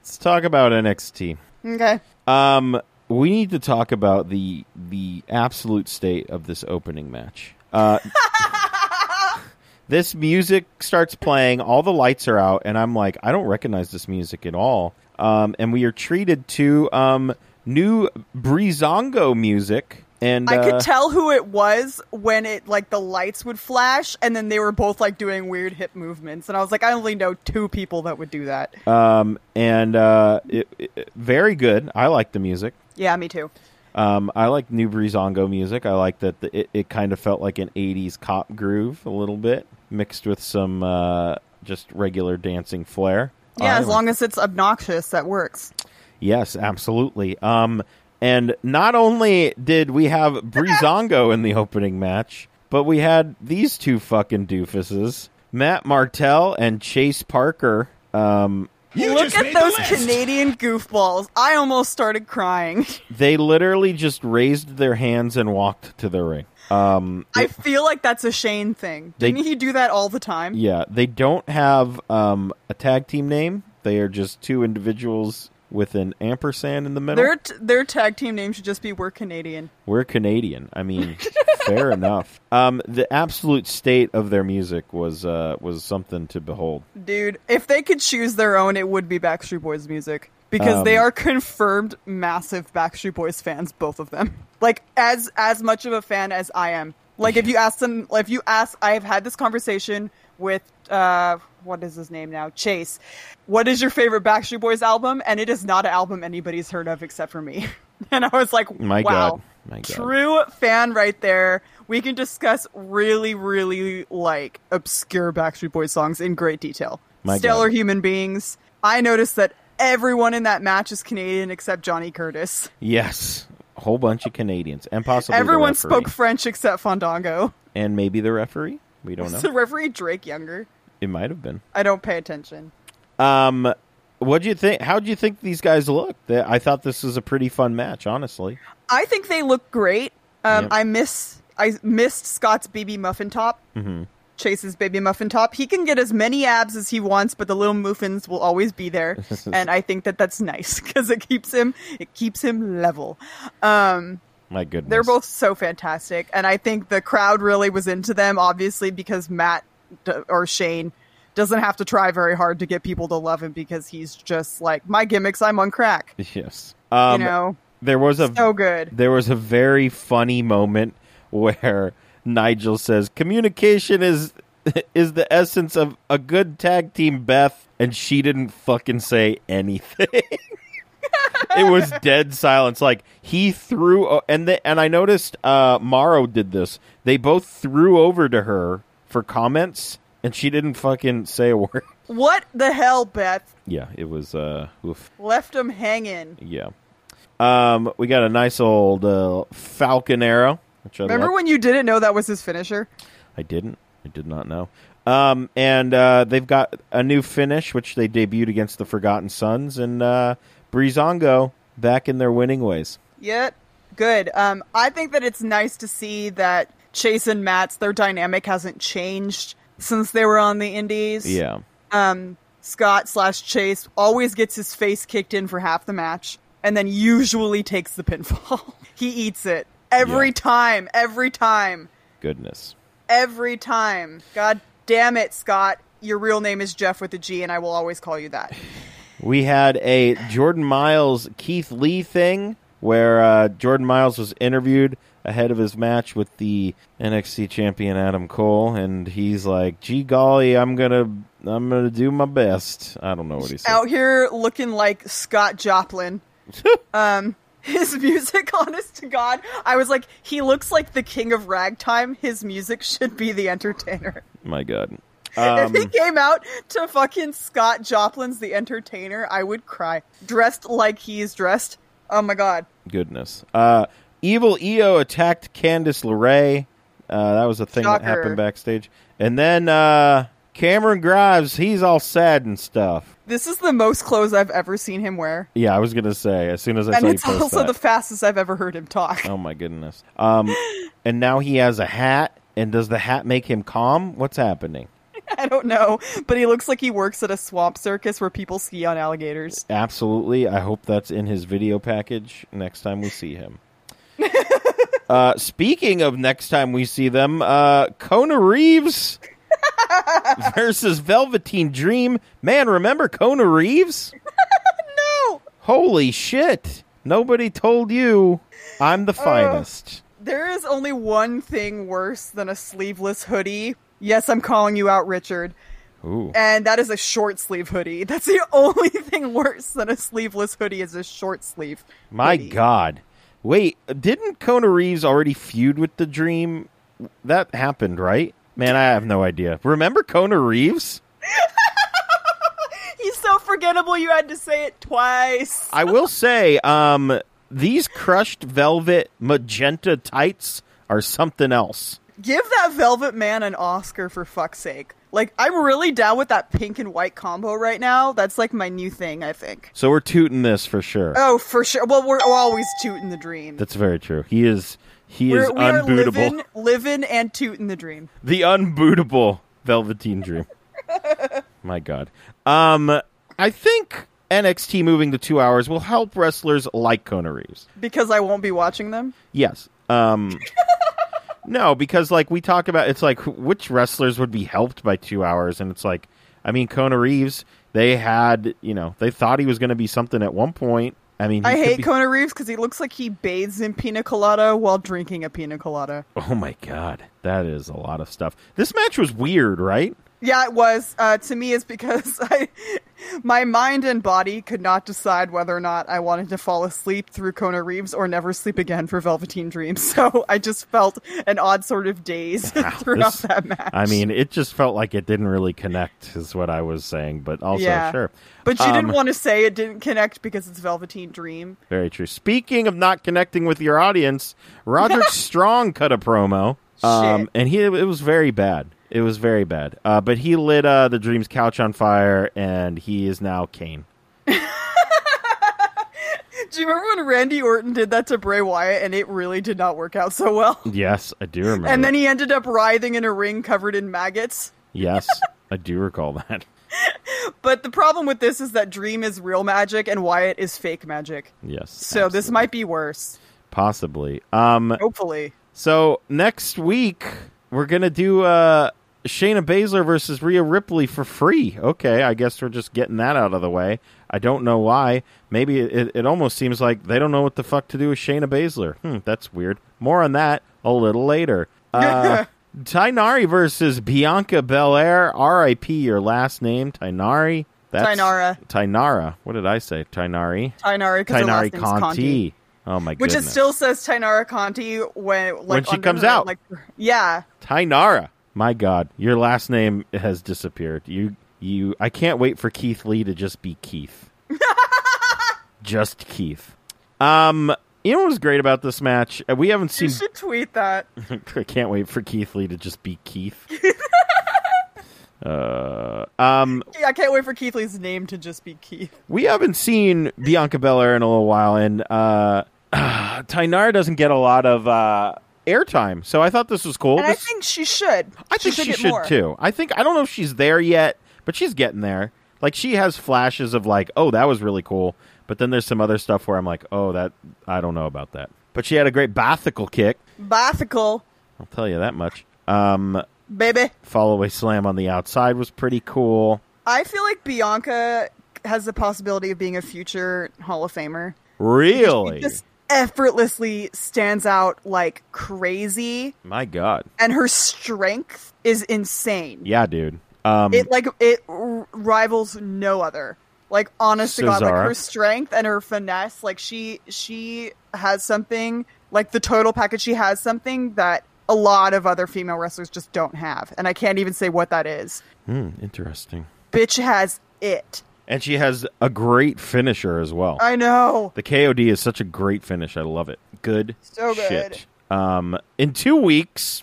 let's talk about NXT. Okay. Um, we need to talk about the the absolute state of this opening match. Uh, this music starts playing, all the lights are out, and I'm like, I don't recognize this music at all. Um, and we are treated to um new Brizongo music, and I uh, could tell who it was when it like the lights would flash, and then they were both like doing weird hip movements, and I was like, I only know two people that would do that. Uh, um, and uh, it, it- very good. I like the music. yeah, me too. Um, I like new Brizongo music. I like that the, it, it kind of felt like an 80s cop groove a little bit, mixed with some uh, just regular dancing flair. Yeah, I as like- long as it's obnoxious, that works. Yes, absolutely. Um, and not only did we have Brizongo in the opening match, but we had these two fucking doofuses, Matt Martell and Chase Parker. Um, You Look just at made the those list. Canadian goofballs. I almost started crying. they literally just raised their hands and walked to the ring. Um, I feel like that's a Shane thing. They- Didn't he do that all the time? Yeah, they don't have um, a tag team name. They are just two individuals with an ampersand in the middle. Their t- their tag team name should just be We're Canadian. We're Canadian. I mean, fair enough. Um, the absolute state of their music was uh, was something to behold. Dude, if they could choose their own, it would be Backstreet Boys music because they Um, are confirmed massive Backstreet Boys fans, both of them. Like as as much of a fan as I am. Like if you ask them, if you ask, I have had this conversation with uh, what is his name now, Chase. What is your favorite Backstreet Boys album? And it is not an album anybody's heard of except for me. and I was like, My wow, God. My God. true fan right there. We can discuss really, really like obscure Backstreet Boys songs in great detail. My stellar God. human beings. I noticed that everyone in that match is Canadian except Johnny Curtis. Yes, a whole bunch of Canadians and possibly the everyone referee. spoke French except Fandango. and maybe the referee. We don't Is the know. referee Drake Younger? It might have been. I don't pay attention. Um, what do you think? How do you think these guys look? They- I thought this was a pretty fun match, honestly. I think they look great. Um, Yep. I miss I missed Scott's baby muffin top. Mm-hmm. Chase's baby muffin top. He can get as many abs as he wants, but the little muffins will always be there, and I think that that's nice because it keeps him it keeps him level. Um, My goodness, They're both so fantastic, and I think the crowd really was into them. Obviously, because Matt d- or Shane doesn't have to try very hard to get people to love him because he's just like my gimmicks. I'm on crack, yes. Um, you know, there was a so good. there was a very funny moment where Nigel says communication is is the essence of a good tag team Beth and she didn't fucking say anything. it was dead silence like he threw o- and the, and I noticed uh Morrow did this. They both threw over to her for comments and she didn't fucking say a word. What the hell, Beth? Yeah, it was uh oof. Left him hanging. Yeah. Um, we got a nice old uh, Falcon arrow. Which I Remember like. when you didn't know that was his finisher? I didn't. I did not know. Um, and uh, they've got a new finish, which they debuted against the Forgotten Sons and uh, Breezango back in their winning ways. Yep. Good. Um, I think that it's nice to see that Chase and Matt's their dynamic hasn't changed since they were on the Indies. Yeah. um, Scott slash Chase always gets his face kicked in for half the match and then usually takes the pinfall. he eats it every Yeah. time, every time, Goodness. every time. God damn it, Scott. Your real name is Jeff with a G, and I will always call you that. We had a Jordan Miles Keith Lee thing where uh, Jordan Miles was interviewed ahead of his match with the NXT champion Adam Cole, and he's like, "Gee golly, I'm gonna, I'm gonna do my best." I don't know what he said. Out here looking like Scott Joplin. um, his music, honest to God, I was like, he looks like the king of ragtime. His music should be the entertainer. My God. if Um, he came out to fucking Scott Joplin's The Entertainer, I would cry. Dressed like he's dressed. Oh my god. Goodness. Uh, Evil EO attacked Candice LeRae. Uh, that was a thing that Shocker. happened backstage. And then uh, Cameron Grimes, he's all sad and stuff. This is the most clothes I've ever seen him wear. Yeah, I was gonna say as soon as I And saw you it's post also that. the fastest I've ever heard him talk. oh my goodness. Um, and now he has a hat. And does the hat make him calm? What's happening? I don't know, but he looks like he works at a swamp circus where people ski on alligators. Absolutely. I hope that's in his video package next time we see him. uh, speaking of next time we see them, uh, Kona Reeves versus Velveteen Dream. Man, remember Kona Reeves? No! Holy shit. Nobody told you I'm the finest. There is only one thing worse than a sleeveless hoodie. Yes, I'm calling you out, Richard. Ooh. And that is a short sleeve hoodie. That's the only thing worse than a sleeveless hoodie is a short sleeve. My hoodie. God. Wait, didn't Kona Reeves already feud with the Dream? That happened, right? Man, I have no idea. Remember Kona Reeves? He's so forgettable you had to say it twice. I will say, um, these crushed velvet magenta tights are something else. Give that Velvet Man an Oscar for fuck's sake. Like, I'm really down with that pink and white combo right now. That's like my new thing, I think. So we're tooting this for sure. Oh, for sure. Well, we're, we're always tooting the dream. That's very true. He is he we're, is we are unbootable. living, living and tooting the dream. The unbootable Velveteen Dream. My God. Um, I think NXT moving to two hours will help wrestlers like Kona Reeves. Because I won't be watching them. Yes. Um, no, because like we talk about, it's like wh- which wrestlers would be helped by two hours, and it's like, I mean, Kona Reeves. They had, you know, they thought he was going to be something at one point. I mean, he I could hate be- Kona Reeves because he looks like he bathes in pina colada while drinking a pina colada. Oh my god, that is a lot of stuff. This match was weird, right? Yeah, it was. Uh, to me, is because I, my mind and body could not decide whether or not I wanted to fall asleep through Kona Reeves or never sleep again for Velveteen Dream. So I just felt an odd sort of daze throughout This- that match. I mean, it just felt like it didn't really connect, is what I was saying. But also, sure, But she Um, didn't want to say it didn't connect because it's Velveteen Dream. Very true. Speaking of not connecting with your audience, Roderick Strong cut a promo, um, Shit. and he it was very bad. It was very bad. Uh, but he lit uh, the Dream's couch on fire, and he is now Kane. Do you remember when Randy Orton did that to Bray Wyatt and it really did not work out so well? Yes, I do remember. And then he ended up writhing in a ring covered in maggots. yes, I do recall that. But the problem with this is that Dream is real magic and Wyatt is fake magic. Yes. So this absolutely. might be worse. possibly. Um, Hopefully. so next week we're gonna do uh, Shayna Baszler versus Rhea Ripley for free. Okay, I guess we're just getting that out of the way. I don't know why. Maybe it, it almost seems like they don't know what the fuck to do with Shayna Baszler. Hmm, that's weird. More on that a little later. Uh, Tainari versus Bianca Belair. R.I.P. Your last name, Tainari. That's Tainara. Tainara. What did I say? Tainari. Tainari, because her Tainari last name's Conti. Conti. Oh my Which goodness. it still says Tainara Conti when like When she under comes her, out. Like, yeah. Tainara. My God, your last name has disappeared. You, you. I can't wait for Keith Lee to just be Keith. just Keith. Um, you know what was great about this match? Uh, We haven't You seen. should tweet that. I can't wait for Keith Lee to just be Keith. uh, um, Yeah, I can't wait for Keith Lee's name to just be Keith. we haven't seen Bianca Belair in a little while, and uh, Tainara doesn't get a lot of uh, airtime. So I thought this was cool. And I This- think she should. I think she, get should more. too. I think I don't know if she's there yet, but she's getting there. Like she has flashes of like, oh, that was really cool. But then there's some other stuff where I'm like, oh, that I don't know about that. But she had a great bathical kick. Bicycle, I'll tell you that much. Um, baby. fall away slam on the outside was pretty cool. I feel like Bianca has the possibility of being a future Hall of Famer. Really, She just effortlessly stands out like crazy, my god, and her strength is insane. yeah, dude. Um, It like it r- rivals no other. Like honest to God, like Cesaro. her strength and her finesse, like she she has something like the total package. She has something that a lot of other female wrestlers just don't have, and I can't even say what that is. hmm, interesting. Bitch has it. And she has a great finisher as well. I know. The KOD is such a great finish. I love it. Good. So good. Shit. Um, in two weeks,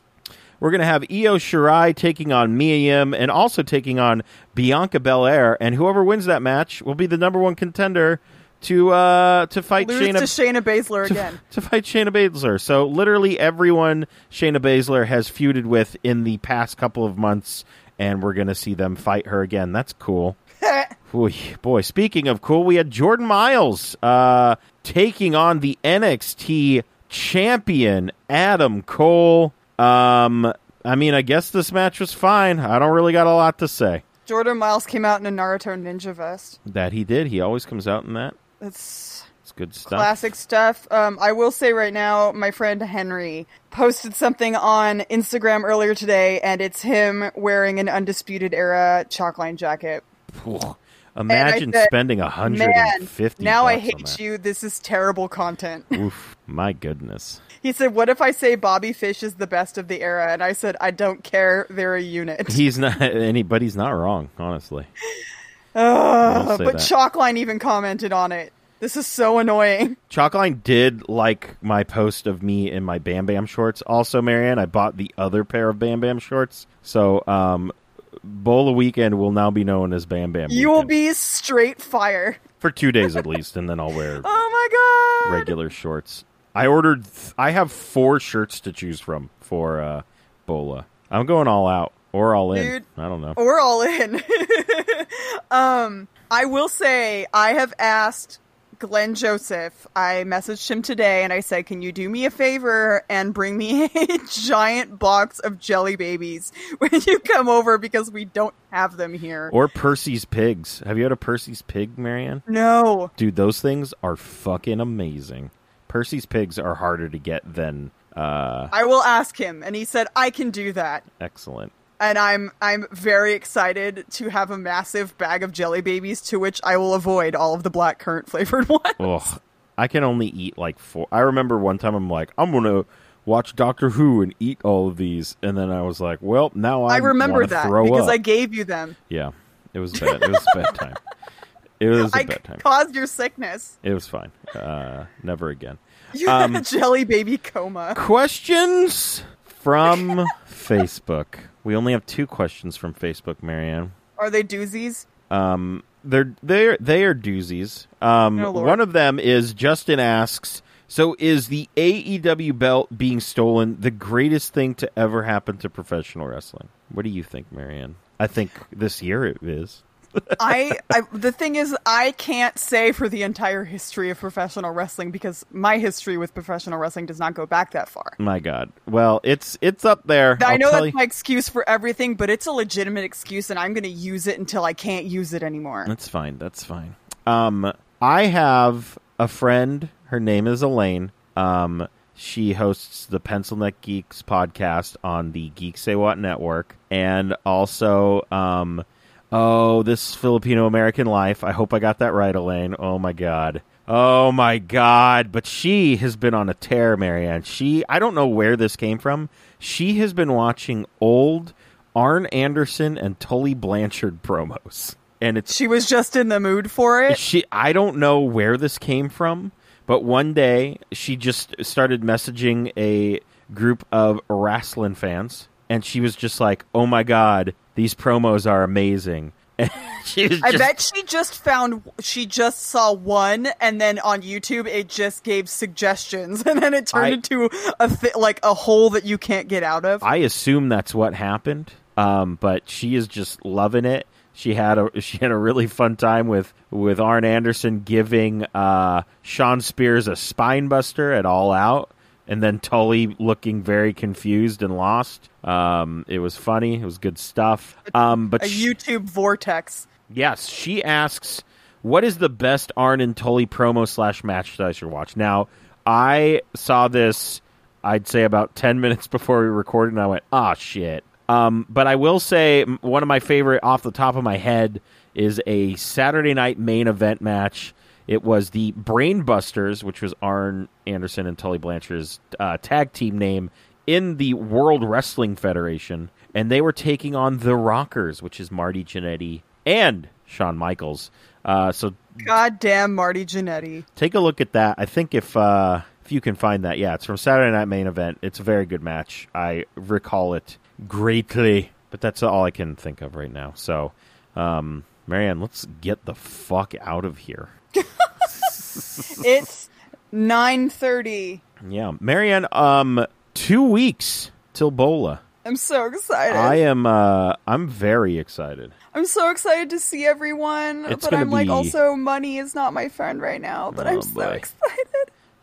we're going to have Io Shirai taking on Mia Yim and also taking on Bianca Belair. And whoever wins that match will be the number one contender to uh, to fight Lose Shayna to Shayna Baszler again. to fight Shayna Baszler. So literally everyone Shayna Baszler has feuded with in the past couple of months, and we're gonna see them fight her again. That's cool. Oy, boy, speaking of cool, we had Jordan Miles uh, taking on the NXT champion Adam Cole. Um, I mean, I guess this match was fine. I don't really got a lot to say. Jordan Miles came out in a Naruto ninja vest. That he did. He always comes out in that. That's It's good stuff. classic stuff. Um, I will say right now, my friend Henry posted something on Instagram earlier today, and it's him wearing an Undisputed Era chalkline jacket. Phew. Imagine said, spending a hundred Man, and fifty. now I hate you. This is terrible content. Oof, my goodness. he said, What if I say Bobby Fish is the best of the era? And I said, I don't care. They're a unit. He's not anybody's not wrong, honestly. Ugh, I'll say Uh, but that. Chalkline even commented on it. This is so annoying. Chalkline did like my post of me in my Bam Bam shorts. Also, Marianne, I bought the other pair of Bam Bam shorts. So, um, Bola Weekend will now be known as Bam Bam. You will Weekend. be straight fire. for two days at least, and then I'll wear Oh my god. regular shorts. I ordered. Th- I have four shirts to choose from for uh, Bola. I'm going all out or all in. Dude. I don't know. We're all in. um, I will say I have asked Glenn Joseph. I messaged him today and I said, "Can you do me a favor and bring me a giant box of jelly babies when you come over because we don't have them here." Or Percy's pigs. Have you had a Percy's pig, Marianne? no. Dude, those things are fucking amazing. Percy's pigs are harder to get than uh I will ask him and he said, "I can do that." excellent. and I'm I'm very excited to have a massive bag of jelly babies to which I will avoid all of the black currant flavored ones. Ugh, I can only eat like four. I remember one time I'm like, I'm gonna watch Doctor Who and eat all of these, and then I was like, well, now I I remember wanna that throw because up. I gave you them. yeah, it was bad. It was a bad time. It was a I bad time. caused your sickness. It was fine. Uh, never again. You Um, had a jelly baby coma. Questions from Facebook. We only have two questions from Facebook, Marianne. Are they doozies? Um, they're they're they are doozies. Um, Oh, Lord. one of them is Justin asks. So is the AEW belt being stolen the greatest thing to ever happen to professional wrestling? What do you think, Marianne? I think this year it is. I, I the thing is I can't say for the entire history of professional wrestling because my history with professional wrestling does not go back that far. My God. Well, it's it's up there. i I'll know tell that's you- my excuse for everything, but it's a legitimate excuse, and I'm going to use it until I can't use it anymore. That's fine. That's fine. Um, I have a friend. Her name is Elaine. Um, she hosts the Pencil Neck Geeks podcast on the Geek Say What network, and also, um, oh, this Filipino American life. I hope I got that right, Elaine. Oh my god. Oh my god. But she has been on a tear, Marianne. She, I don't know where this came from. She has been watching old Arn Anderson and Tully Blanchard promos. And it's She was just in the mood for it. she I don't know where this came from, but one day she just started messaging a group of wrestling fans and she was just like, "Oh my god, these promos are amazing." And she was I just- bet she just found she just saw one, and then on YouTube it just gave suggestions, and then it turned I- into a thi- like a hole that you can't get out of. I assume that's what happened. Um, but she is just loving it. She had a she had a really fun time with with Arn Anderson giving uh, Sean Spears a spine buster at All Out, and then Tully looking very confused and lost. Um, it was funny. It was good stuff. Um, but a she- YouTube vortex. Yes, she asks, "What is the best Arn and Tully promo slash match that I should watch?" Now, I saw this, I'd say about ten minutes before we recorded, and I went, "Ah, shit." Um, but I will say m- one of my favorite, off the top of my head, is a Saturday night main event match. It was the Brainbusters, which was Arn Anderson and Tully Blanchard's uh, tag team name in the World Wrestling Federation, and they were taking on the Rockers, which is Marty Jannetty and Shawn Michaels. Uh, so Goddamn, Marty Jannetty. take a look at that. I think if uh, if you can find that, yeah, it's from Saturday Night Main Event. It's a very good match. I recall it greatly, but that's all I can think of right now. So, um, Marianne, let's get the fuck out of here. It's nine thirty. Yeah, Marianne. Um, two weeks till Bola. I'm so excited. I am. Uh, I'm very excited. I'm so excited to see everyone, It's but gonna I'm like be- also money is not my friend right now, but Oh, I'm so boy. excited.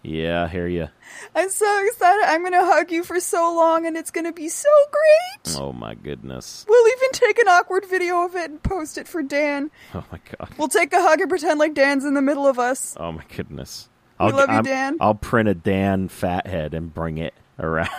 Yeah, I hear you. I'm so excited. I'm going to hug you for so long and it's going to be so great. Oh my goodness. We'll even take an awkward video of it and post it for Dan. Oh my god. We'll take a hug and pretend like Dan's in the middle of us. Oh my goodness. We love you, I'm- Dan. I'll print a Dan fathead and bring it around.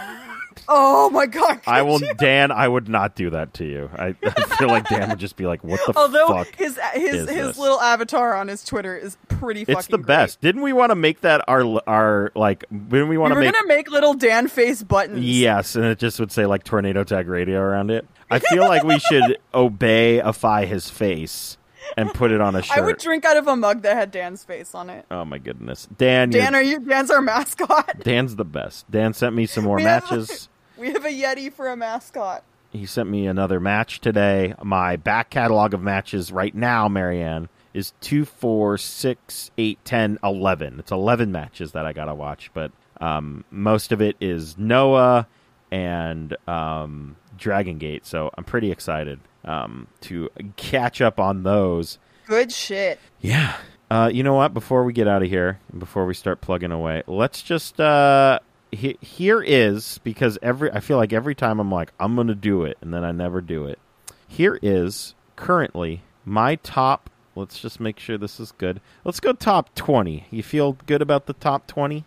Oh my god. I could will, you- Dan. I would not do that to you. I, I feel like Dan would just be like, "What the Although fuck?" his is his his this? little avatar on his Twitter is pretty fucking it's the great. best. Didn't we want to make that our our like? Didn't we We want were to make? gonna make little Dan face buttons. Yes, and it just would say like tornado tag radio around it. I feel like we should obeyify his face and put it on a shirt. I would drink out of a mug that had Dan's face on it. oh my goodness, Dan! you're- Dan, are you? Dan's our mascot. Dan's the best. Dan sent me some more We have- matches. We have a Yeti for a mascot. He sent me another match today. My back catalog of matches right now, Marianne, is two, four, six, eight, ten, eleven. It's 11 matches that I got to watch, but um, most of it is Noah and um, Dragon Gate, so I'm pretty excited um, to catch up on those. Good shit. Yeah. Uh, you know what? Before we get out of here, and before we start plugging away, let's just uh, he- here is because every I feel like every time I'm like I'm gonna do it, and then I never do it. Here is currently my top. Let's just make sure this is good. Let's go top twenty. You feel good about the top twenty?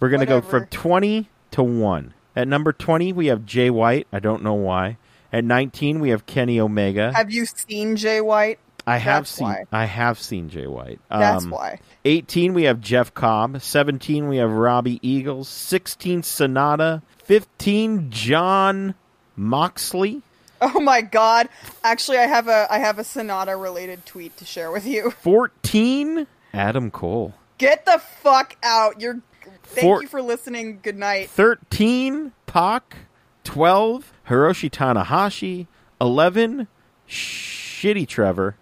We're gonna go Whatever. from twenty to one. At number twenty, we have Jay White. I don't know why. At 19, we have Kenny Omega. Have you seen Jay White? I have That's seen why. I have seen Jay White. Um, That's why. 18 we have Jeff Cobb, 17 we have Robbie Eagles, 16 Sonata, 15 John Moxley, Oh my god! Actually, I have a I have a Sonata related tweet to share with you. 14 Adam Cole, Get the fuck out! You're. Thank Four- you for listening. Good night. 13 Pac, 12 Hiroshi Tanahashi, 11 Shitty Trevor,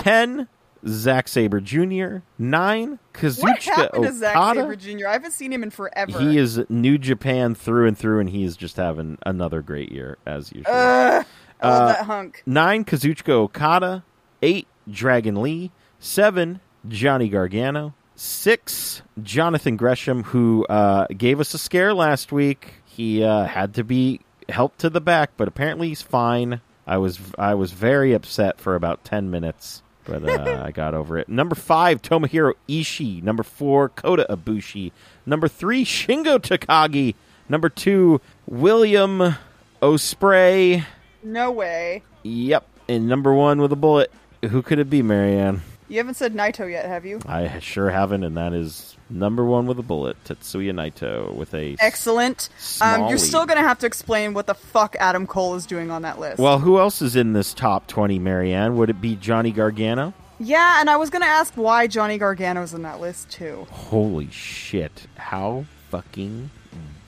10 Zack Saber Jr., 9 Kazuchika What happened to Zack Okada. Saber Jr.? I haven't seen him in forever. He is New Japan through and through, and he is just having another great year as usual. I love that hunk. Nine Kazuchika Okada, eight Dragon Lee, seven Johnny Gargano, six Jonathan Gresham, who uh, gave us a scare last week. He uh, had to be helped to the back, but apparently he's fine. I was I was very upset for about ten minutes, but uh, I got over it. Number five Tomohiro Ishii. Number four Kota Ibushi. Number three Shingo Takagi. Number two William Osprey. No way. Yep. And number one with a bullet. Who could it be, Marianne? You haven't said Naito yet, have you? I sure haven't, and that is number one with a bullet, Tetsuya Naito with a. Excellent. Um, Smalley. you're still gonna have to explain what the fuck Adam Cole is doing on that list. well, who else is in this top twenty, Marianne? Would it be Johnny Gargano? yeah, and I was gonna ask why Johnny Gargano's in that list too. Holy shit! How fucking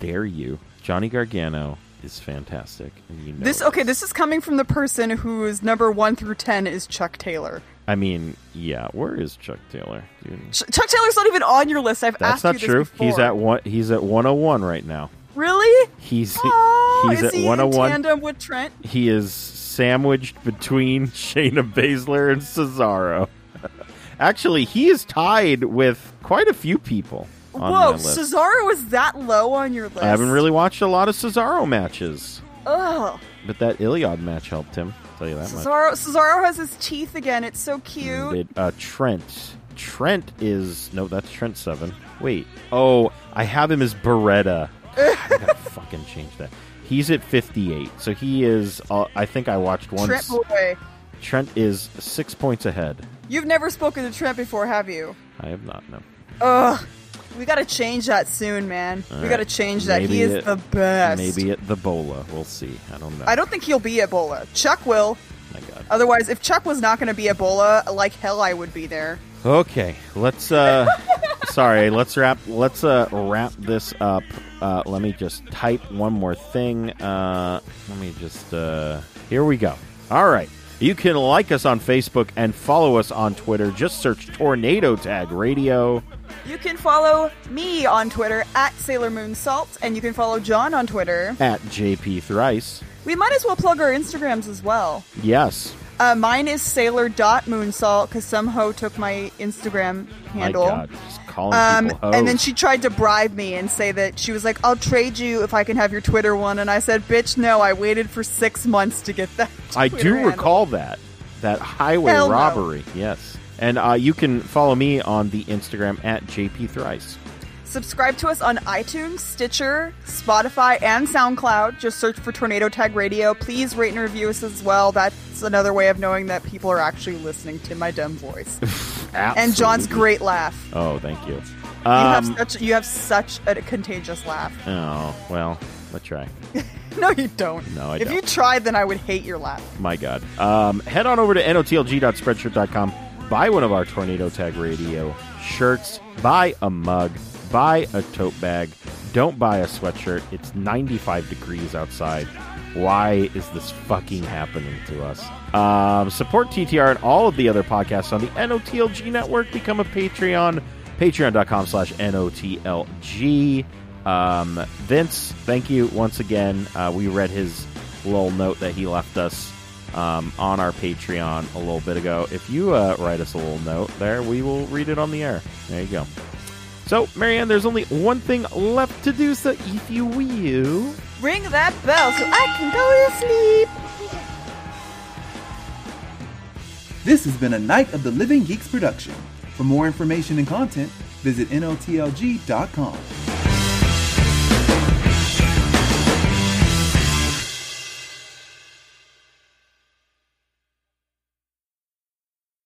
dare you? Johnny Gargano is fantastic. and You know This it. okay. This is coming from the person whose number one through ten is Chuck Taylor. I mean, yeah. Where is Chuck Taylor? Dude, Ch- Chuck Taylor's not even on your list. I've that's asked not you this true. He's before. at one. He's at one hundred one right now. really. He's Oh, he's is at he one hundred in one. tandem with Trent? he is sandwiched between Shayna Baszler and Cesaro. Actually, he is tied with quite a few people on Whoa, that list. Cesaro is that low on your list? I haven't really watched a lot of Cesaro matches, Ugh. but that Iliad match helped him. I'll tell you that much. Cesaro, Cesaro has his teeth again. It's so cute. It, uh, Trent. Trent is no, that's Trent Seven. Wait, oh, I have him as Beretta. I gotta fucking change that. He's at fifty-eight, so he is. Uh, I think I watched one. Trent boy, Trent is six points ahead. you've never spoken to Trent before, have you? I have not. No. Ugh. We gotta change that soon, man. we right. gotta change that. Maybe he is it- the best. Maybe at the Bola. We'll see. I don't know. I don't think he'll be Ebola. Chuck will. My God. Otherwise, if Chuck was not gonna be Ebola, like hell, I would be there. Okay. Let's. uh Sorry. Let's wrap. Let's uh wrap this up. Uh Let me just type one more thing. Uh Let me just. uh Here we go. All right. You can like us on Facebook and follow us on Twitter. Just search Tornado Tag Radio. You can follow me on Twitter at Sailor Moon Salt, and you can follow John on Twitter. at JP Thrice. We might as well plug our Instagrams as well. Yes. Uh, mine is sailor.moonsalt because some hoe took my Instagram handle. My God. Just calling Um, people hoes. and then she tried to bribe me and say that she was like, I'll trade you if I can have your Twitter one. And I said, bitch, no, I waited for six months to get that. I Twitter do handle. recall that that highway Hell no. robbery. Yes, and uh, you can follow me on the Instagram at JP Thrice. Subscribe to us on iTunes, Stitcher, Spotify, and SoundCloud. Just search for Tornado Tag Radio. Please rate and review us as well. That's another way of knowing that people are actually listening to my dumb voice and John's Absolutely. great laugh. Oh, thank you. You have Um, such you have such a contagious laugh. oh well, let's try. No, you don't. No, I if don't. you tried, then I would hate your laugh. My God. Um, head on over to notlg.spreadshirt.com. Buy one of our Tornado Tag Radio shirts. Buy a mug. Buy a tote bag. Don't buy a sweatshirt. It's 95 degrees outside. Why is this fucking happening to us? Um, support TTR and all of the other podcasts on the NOTLG network. Become a Patreon. Patreon.com slash NOTLG. Um, Vince, thank you once again. Uh, we read his little note that he left us um, on our Patreon a little bit ago. If you uh, write us a little note there, we will read it on the air. There you go. So, Marianne, there's only one thing left to do, so if you will. Ring that bell so I can go to sleep. This has been a Night of the Living Geeks production. For more information and content, visit NOTLG.com.